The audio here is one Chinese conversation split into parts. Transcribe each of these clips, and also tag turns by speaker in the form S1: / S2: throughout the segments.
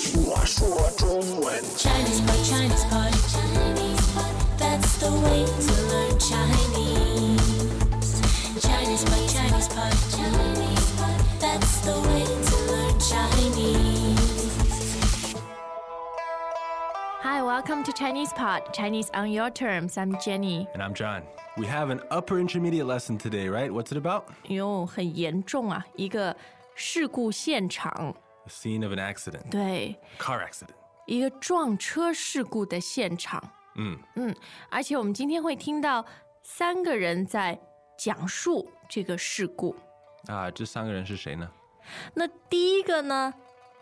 S1: 说中文。
S2: Chinese pot, Chinese pot, Chinese pot. That's the way to learn Chinese. Chinese pot, Chinese pot, Chinese pot. That's the way to learn Chinese.
S3: Hi, welcome to Chinese Pod, Chinese on your terms. I'm Jenny.
S4: And I'm John. We have an upper intermediate lesson today, right? What's it about?
S3: 哟，很严重啊，一个事故现场，
S4: The scene of an accident,
S3: 对，
S4: car accident.
S3: 一个撞车事故的现场。
S4: 嗯
S3: 嗯，而且我们今天会听到三个人在讲述这个事故。
S4: 啊，这三个人是谁呢？
S3: 那第一个呢，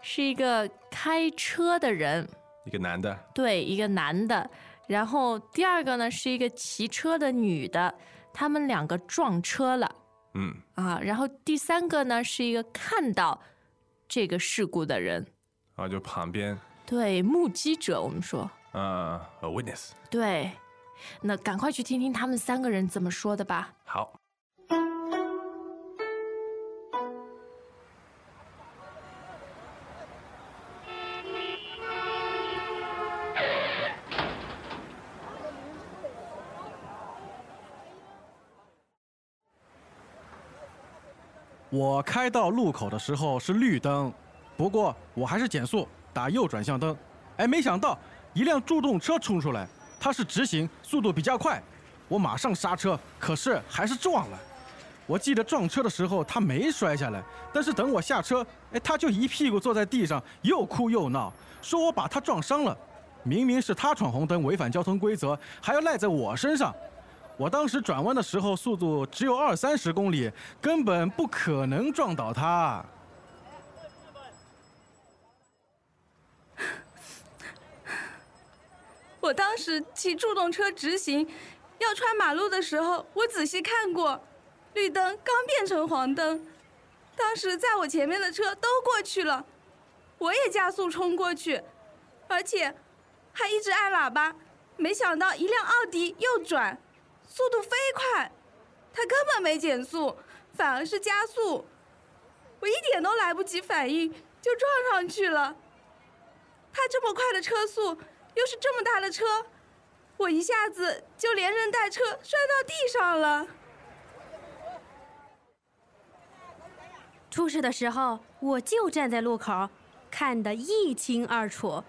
S3: 是一个开车的人，
S4: 一个男的，
S3: 对，一个男的。然后第二个呢，是一个骑车的女的，他们两个撞车了。
S4: 嗯，
S3: 啊，然后第三个呢是一个看到这个事故的人，
S4: 然后就旁边，
S3: 对，目击者，我们说
S4: 呃，a witness。
S3: 对。那赶快去听听他们三个人怎么说的吧。
S4: 好，
S5: 我开到路口的时候是绿灯，不过我还是减速打右转向灯。哎，没想到一辆助动车冲出来，它是直行，速度比较快。我马上刹车，可是还是撞了。我记得撞车的时候他没摔下来，但是等我下车，哎，他就一屁股坐在地上，又哭又闹，说我把他撞伤了。明明是他闯红灯，违反交通规则，还要赖在我身上。我当时转弯的时候速度只有二三十公里，根本不可能撞倒他。
S6: 我当时骑助动车直行，要穿马路的时候，我仔细看过，绿灯刚变成黄灯，当时在我前面的车都过去了，我也加速冲过去，而且还一直按喇叭。没想到一辆奥迪右转，速度飞快，他根本没减速，反而是加速，我一点都来不及反应就撞上去了。他这么快的车速，又是这么大的车，我一下子就连人带车摔到地上了。
S7: 出事的时候，我就站在路口，看得一清二楚。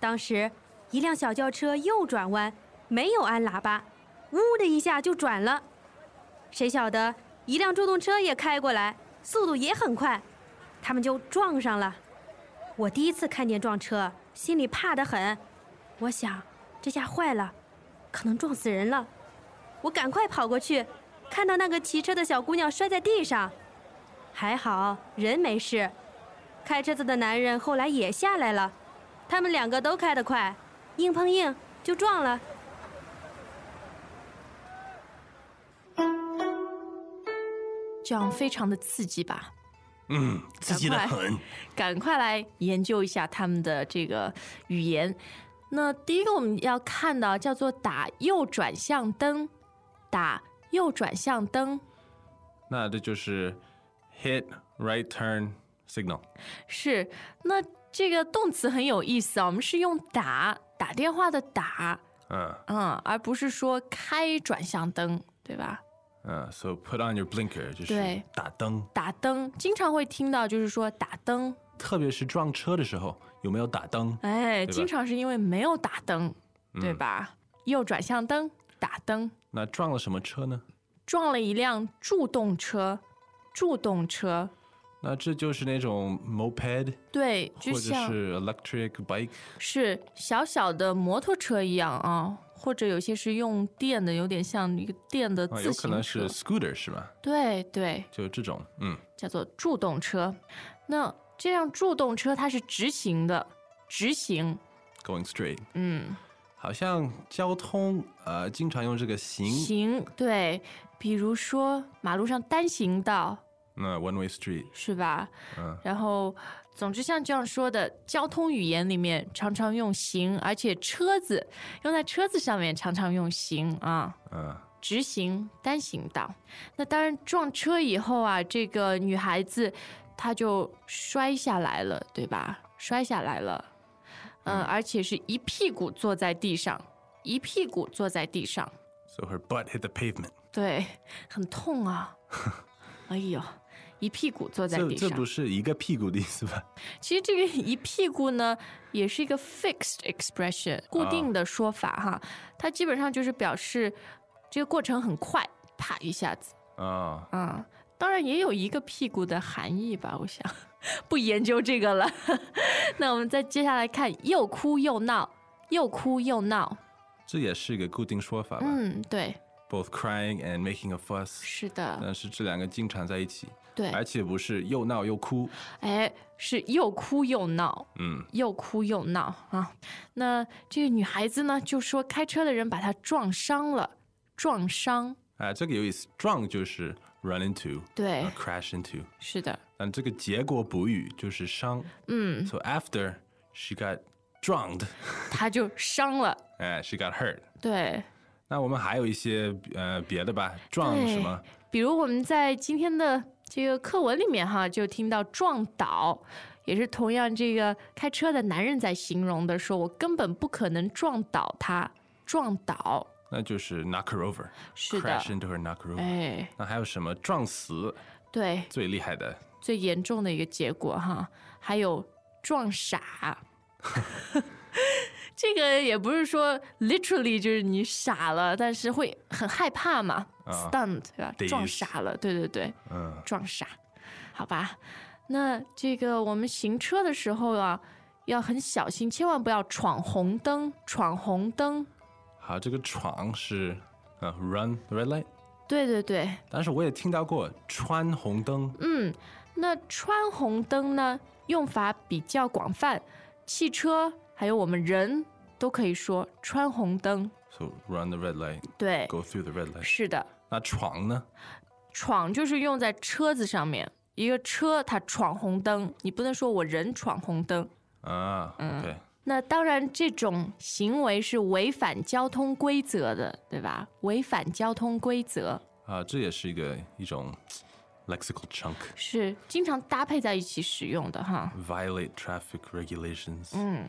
S7: 当时一辆小轿车右转弯，没有按喇叭，呜的一下就转了。谁晓得一辆助动车也开过来，速度也很快，他们就撞上了。我第一次看见撞车，心里怕得很。我想，这下坏了，可能撞死人了。我赶快跑过去，看到那个骑车的小姑娘摔在地上，还好人没事。开车子的男人后来也下来了，他们两个都开得快，硬碰硬就撞了。
S3: 这样非常的刺激吧？
S4: 嗯，刺激的
S3: 赶快
S4: 很。
S3: 赶快来研究一下他们的这个语言。那第一个我们要看到叫做打右转向灯，打右转向灯
S4: 那这就是 hit right turn signal。
S3: 是那这个动词很有意思啊，我们是用打打电话的打，
S4: 嗯
S3: 嗯，而不是说开转向灯，对吧？
S4: 嗯，so put on your blinker 就是
S3: 对
S4: 打灯，
S3: 打灯经常会听到，就是说打灯，
S4: 特别是撞车的时候有没有打灯？
S3: 哎，
S4: 对吧
S3: 经常是因为没有打灯，对
S4: 嗯
S3: 吧？右转向灯打灯，
S4: 那撞了什么车呢？
S3: 撞了一辆助动车，助动车，
S4: 那这就是那种 moped
S3: 对，
S4: 或
S3: 就
S4: 者
S3: 像
S4: 是 electric bike。
S3: 是小小的摩托车一样啊，或者有些是用电的，有点像一个电的
S4: 啊，
S3: 自
S4: 有可能
S3: 行车，
S4: 是 scooter 是吧？
S3: 对对，
S4: 就这种，嗯，
S3: 叫做助动车。那这辆助动车它是直行的，直行，
S4: going straight，
S3: 嗯，
S4: 好像交通呃经常用这个行，
S3: 行，对，比如说马路上单行道
S4: 那 one way street，
S3: 是吧？
S4: 嗯
S3: 然后，总之像这样说的，交通语言里面常常用行，而且车子用在车子上面常常用行啊。
S4: 嗯，
S3: 直行单行道。那当然，撞车以后啊，这个女孩子她就摔下来了，对吧？摔下来了。嗯，而且是一屁股坐在地上，一屁股坐在地上，
S4: So her butt hit the pavement.
S3: 对，很痛啊， 哎呦，一屁股坐在
S4: 这
S3: 地
S4: 这不
S3: 上。
S4: 是一个屁股的意思吧？
S3: 其实这个一屁股呢，也是一个 fixed expression，固定的说法哈，它基本上就是表示这个过程很快，啪一下子。
S4: 啊、
S3: 啊、当然也有一个屁股的含义吧，我想 不研究这个了。 那我们再接下来看，又哭又闹，又哭又闹。
S4: 这也是一个固定说法吧。
S3: 嗯，对，
S4: Both crying and making a fuss，
S3: 是的，
S4: 但是这两个经常在一起，
S3: 对，
S4: 而且不是又闹又哭。
S3: 哎，是又哭又闹，
S4: 嗯，
S3: 又哭又闹啊。那这个女孩子呢，就说开车的人把她撞伤了，撞伤，
S4: 啊，这个有意思，撞就是 run into，
S3: 对
S4: 呃，crash into，
S3: 是的，
S4: 但这个结果补语就是伤。
S3: 嗯，
S4: So after she got drunk，
S3: 她就伤了，
S4: 哎、s h e got hurt。
S3: 对。
S4: 那我们还有一些呃别的吧，撞什么？
S3: 比如我们在今天的这个课文里面哈，就听到撞倒，也是同样这个开车的男人在形容的，说我根本不可能撞倒他，撞倒，
S4: 那就是 knock her over，
S3: 是的
S4: crash into her knock her over。
S3: 哎，
S4: 那还有什么撞死
S3: 对，
S4: 最厉害的？
S3: 最严重的一个结果哈，还有撞傻。 这个也不是说 literally 就是你傻了，但是会很害怕嘛、s t u n n e d 对吧？
S4: Dazed
S3: 撞傻了，对对对，
S4: 嗯，
S3: 撞傻，好吧？那这个我们行车的时候啊，要很小心，千万不要闯红灯。闯红灯，
S4: 好，这个闯是呃 run the red light，
S3: 对对对，
S4: 但是我也听到过穿红灯，
S3: 嗯。那穿红灯呢，用法比较广泛，汽车还有我们人都可以说穿红灯。
S4: so run the red light，go
S3: 对，
S4: through the red light。
S3: 是的，
S4: 那闯呢？
S3: 闯就是用在车子上面，一个车它闯红灯，你不能说我人闯红灯。
S4: 啊，OK，
S3: 那当然，这种行为是违反交通规则的，对吧？违反交通规则
S4: 啊，这也是一个一种 lexical chunk，violate
S3: 是经常搭配在一起使用的哈。
S4: traffic regulations。
S3: 嗯，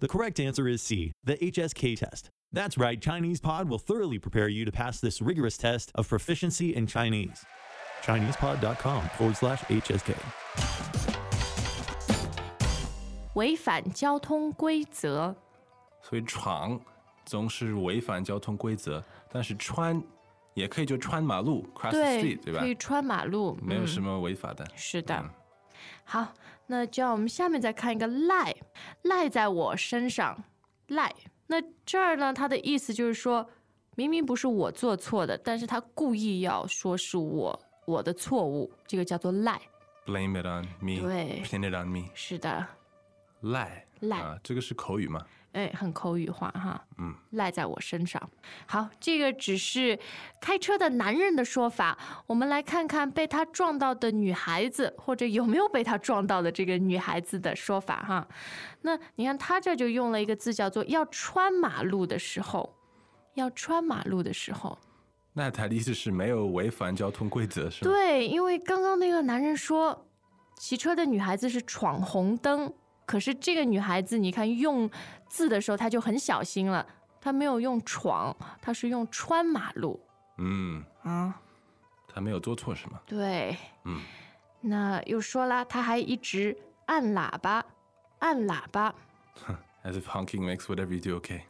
S1: The correct answer is C, the HSK test. That's right, Chinese Pod will thoroughly prepare you to pass this rigorous test of proficiency in Chinese. ChinesePod.com forward slash HSK.
S3: 违反交通规则，
S4: 所以闯总是违反交通规则，但是穿也可以就穿马路 cross the
S3: 对，
S4: street，对吧
S3: 可？以穿马路，
S4: 没有
S3: 嗯
S4: 什么违法的。
S3: 是的。
S4: 嗯
S3: 好，那就让我们下面再看一个赖，赖在我身上，赖。那这儿呢，它的意思就是说，明明不是我做错的，但是他故意要说是我我的错误，这个叫做赖。
S4: Blame it on me，
S3: 对
S4: p i n it on me，
S3: 是的，
S4: 赖
S3: 赖
S4: 啊，这个是口语嘛？
S3: 哎，很口语化哈，
S4: 嗯，
S3: 赖在我身上。好，这个只是开车的男人的说法，我们来看看被他撞到的女孩子，或者有没有被他撞到的这个女孩子的说法哈。那你看他这就用了一个字叫做要穿马路的时候，要穿马路的时候，
S4: 那他的意思是没有违反交通规则是吗？
S3: 对，因为刚刚那个男人说，骑车的女孩子是闯红灯，可是这个女孩子，你看用字的时候，她就很小心了，她没有用闯，她是用穿马路
S4: 嗯，
S3: 啊。
S4: 他没有做错什么。
S3: 对，
S4: 嗯，
S3: 那又说啦，她还一直按喇叭，按喇叭，
S4: As if honking makes whatever you do okay。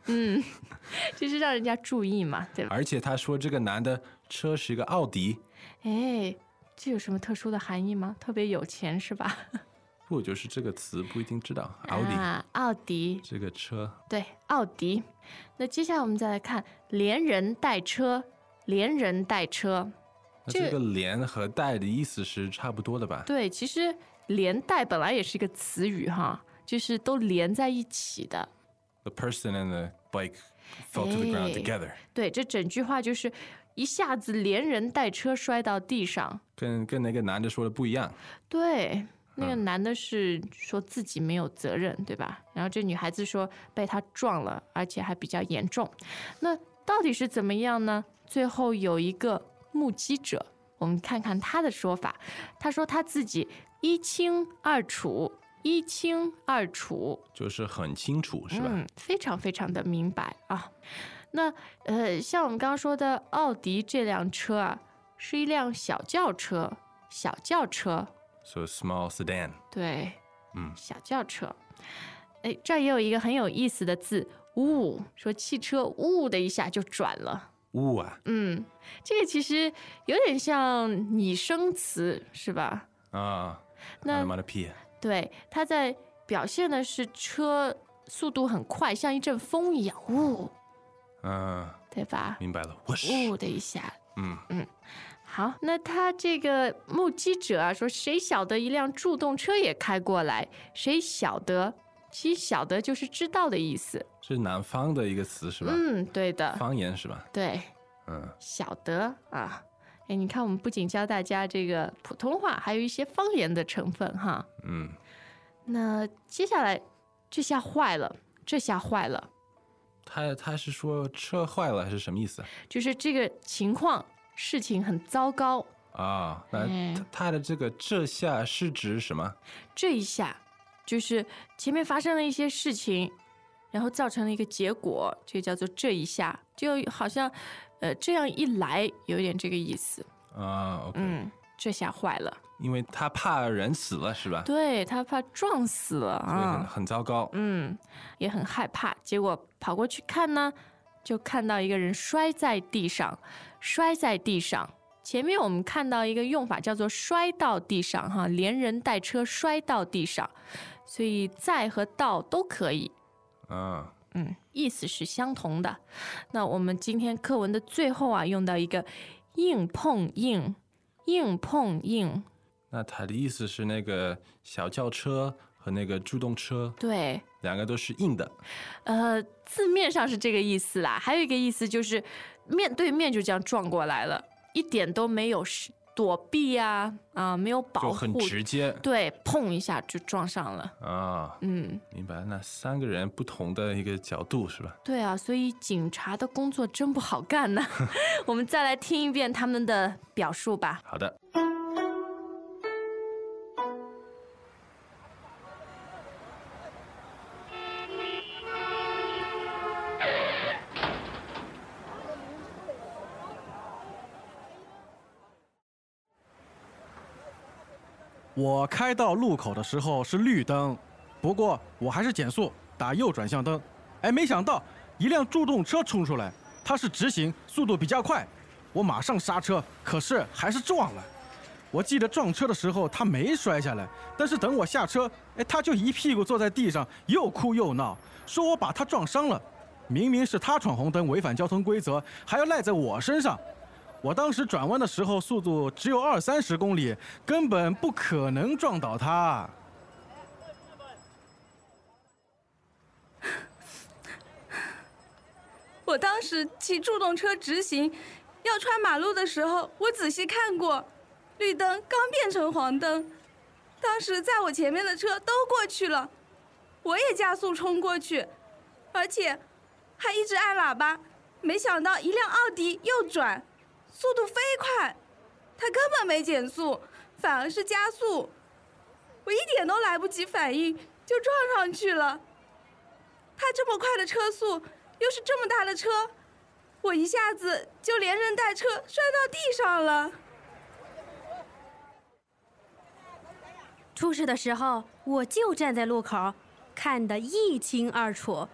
S3: 就是让人家注意嘛，对吧？
S4: 而且他说这个男的车是一个奥迪，
S3: 哎，这有什么特殊的含义吗？特别有钱是吧？
S4: 不就是这个词不一定知道奥迪
S3: 啊，奥迪，
S4: 这个车
S3: 对，奥迪。那接下来我们再来看连人带车，连人带车。
S4: 那
S3: 这
S4: 这个连和带的意思是差不多的吧？
S3: 对，其实连带本来也是一个词语哈，就是都连在一起的。
S4: The person and the bike fell to the ground
S3: Hey.
S4: together.
S3: 对，这整句话就是一下子连人带车摔到地上。
S4: 跟跟那个男的说的不一样，
S3: 对，那
S4: 嗯
S3: 个男的是说自己没有责任，对吧？然后这女孩子说被他撞了，而且还比较严重。那到底是怎么样呢？最后有一个目击者，我们看看他的说法。他说他自己一清二楚，一清二楚。
S4: 就是很清楚，是吧？
S3: 嗯，非常非常的明白啊。那呃，像我们刚刚说的奥迪这辆车啊，是一辆小轿车，小轿车，
S4: So small sedan，
S3: 对，
S4: 嗯
S3: 小轿车。哎，这儿也有一个很有意思的字“呜”，说汽车“呜”的一下就转了。
S4: 呜啊
S3: 嗯，这个其实有点像拟声词，是吧？
S4: 啊，
S3: 那
S4: 妈的屁，
S3: 对，它在表现的是车速度很快，像一阵风一样，呜，
S4: 嗯，
S3: 对吧？
S4: 明白了，我是，
S3: 呜的一下。
S4: 嗯，
S3: 好，那他这个目击者啊说，谁晓得一辆助动车也开过来？谁晓得？其实“晓得”就是知道的意思。
S4: 是南方的一个词是吧？
S3: 嗯，对的，
S4: 方言是吧？
S3: 对，
S4: 嗯，
S3: 晓得啊。哎，你看，我们不仅教大家这个普通话，还有一些方言的成分哈。
S4: 嗯，
S3: 那接下来，这下坏了，这下坏了，
S4: 他他是说车坏了还是什么意思
S3: 就是这个情况，事情很糟糕。
S4: 啊？那
S3: 哎
S4: 他他的这个这下是指什么？
S3: 这一下，就是前面发生了一些事情，然后造成了一个结果，这个叫做这一下，就好像，呃，这样一来，有点这个意思。
S4: 啊，OK，、
S3: 嗯，这下坏了，
S4: 因为他怕人死了是吧？
S3: 对他怕撞死了
S4: 所以
S3: 啊。
S4: 很很糟糕。
S3: 嗯，也很害怕。结果跑过去看呢，就看到一个人摔在地上，摔在地上。前面我们看到一个用法叫做“摔到地上”哈，连人带车摔到地上，所以在和到都可以，
S4: 嗯，
S3: 嗯，意思是相同的。那我们今天课文的最后啊，用到一个“硬碰硬”，硬碰硬，
S4: 那他的意思是那个小轿车和那个助动车
S3: 对，
S4: 两个都是硬的，
S3: 呃，字面上是这个意思啦，还有一个意思就是面对面就这样撞过来了，一点都没有是躲避呀、啊，没有保
S4: 就
S3: 护，
S4: 很直接
S3: 对，砰一下就撞上了。
S4: 啊。
S3: 嗯，
S4: 明白，那三个人不同的一个角度是吧？
S3: 对啊，所以警察的工作真不好干 呐。我们再来听一遍他们的表述吧。
S4: 好的，
S5: 我开到路口的时候是绿灯，不过我还是减速打右转向灯。哎，没想到一辆助动车冲出来，它是直行，速度比较快，我马上刹车，可是还是撞了。我记得撞车的时候他没摔下来，但是等我下车，哎，他就一屁股坐在地上，又哭又闹，说我把他撞伤了。明明是他闯红灯，违反交通规则，还要赖在我身上。我当时转弯的时候速度只有二三十公里，根本不可能撞倒他。
S6: 我当时骑助动车直行，要穿马路的时候，我仔细看过，绿灯刚变成黄灯，当时在我前面的车都过去了，我也加速冲过去，而且还一直按喇叭。没想到一辆奥迪右转，速度飞快，他根本没减速，反而是加速，我一点都来不及反应就撞上去了。他这么快的车速，又是这么大的车，我一下子就连人带车摔到地上了。
S7: 出事的时候，我就站在路口，看得一清二楚。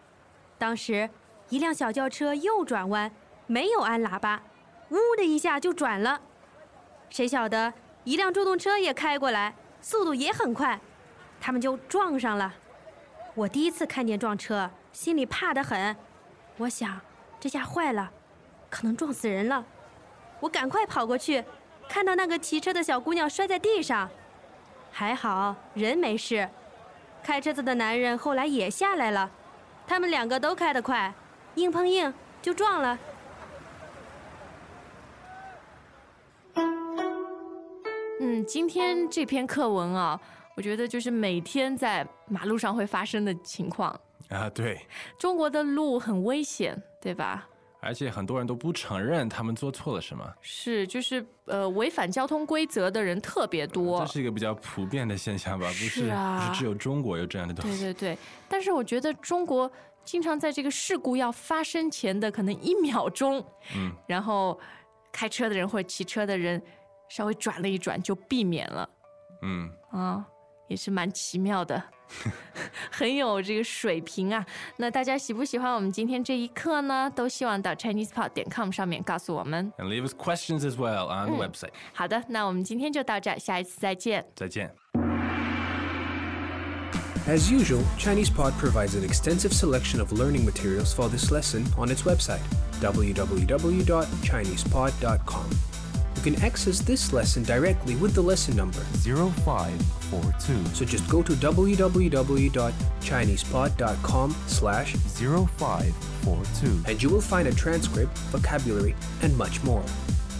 S7: 当时，一辆小轿车右转弯，没有按喇叭，呜的一下就转了。谁晓得一辆助动车也开过来，速度也很快，他们就撞上了。我第一次看见撞车，心里怕得很。我想，这下坏了，可能撞死人了。我赶快跑过去，看到那个骑车的小姑娘摔在地上。还好人没事。开车子的男人后来也下来了，他们两个都开得快，硬碰硬就撞了。
S3: 嗯，今天这篇课文啊，我觉得就是每天在马路上会发生的情况。
S4: 啊，对，
S3: 中国的路很危险，对吧？
S4: 而且很多人都不承认他们做错了什么，
S3: 是，就是呃，违反交通规则的人特别多
S4: 嗯这。是一个比较普遍的现象吧？不
S3: 是
S4: 是，不
S3: 啊
S4: 是只有中国有这样的东
S3: 对
S4: 西。
S3: 对对，但是我觉得中国经常在这个事故要发生前的可能一秒钟，
S4: 嗯，
S3: 然后开车的人或者骑车的人稍微转了一转就避免了
S4: 嗯，
S3: 啊，也是蛮奇妙 的，很有这个水平啊。那大家喜不喜欢我们今天这一课呢？都希望到 ChinesePod 点 com 上面告诉我们。
S4: And leave us questions as well on the
S3: 嗯
S4: website.
S3: 好的，那我们今天就到这儿，下一次再见。
S4: 再见。
S6: As usual, ChinesePod provides an extensive selection of learning materials for this lesson on its website, www.chinesepod.com. You can access this lesson directly with the lesson number,
S8: 0542
S6: so just go to www.chinesepod.com slash
S8: 0542.
S6: and you will find a transcript, vocabulary, and much more.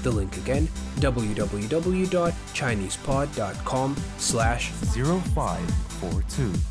S6: The link again, www.chinesepod.com slash
S8: 0542.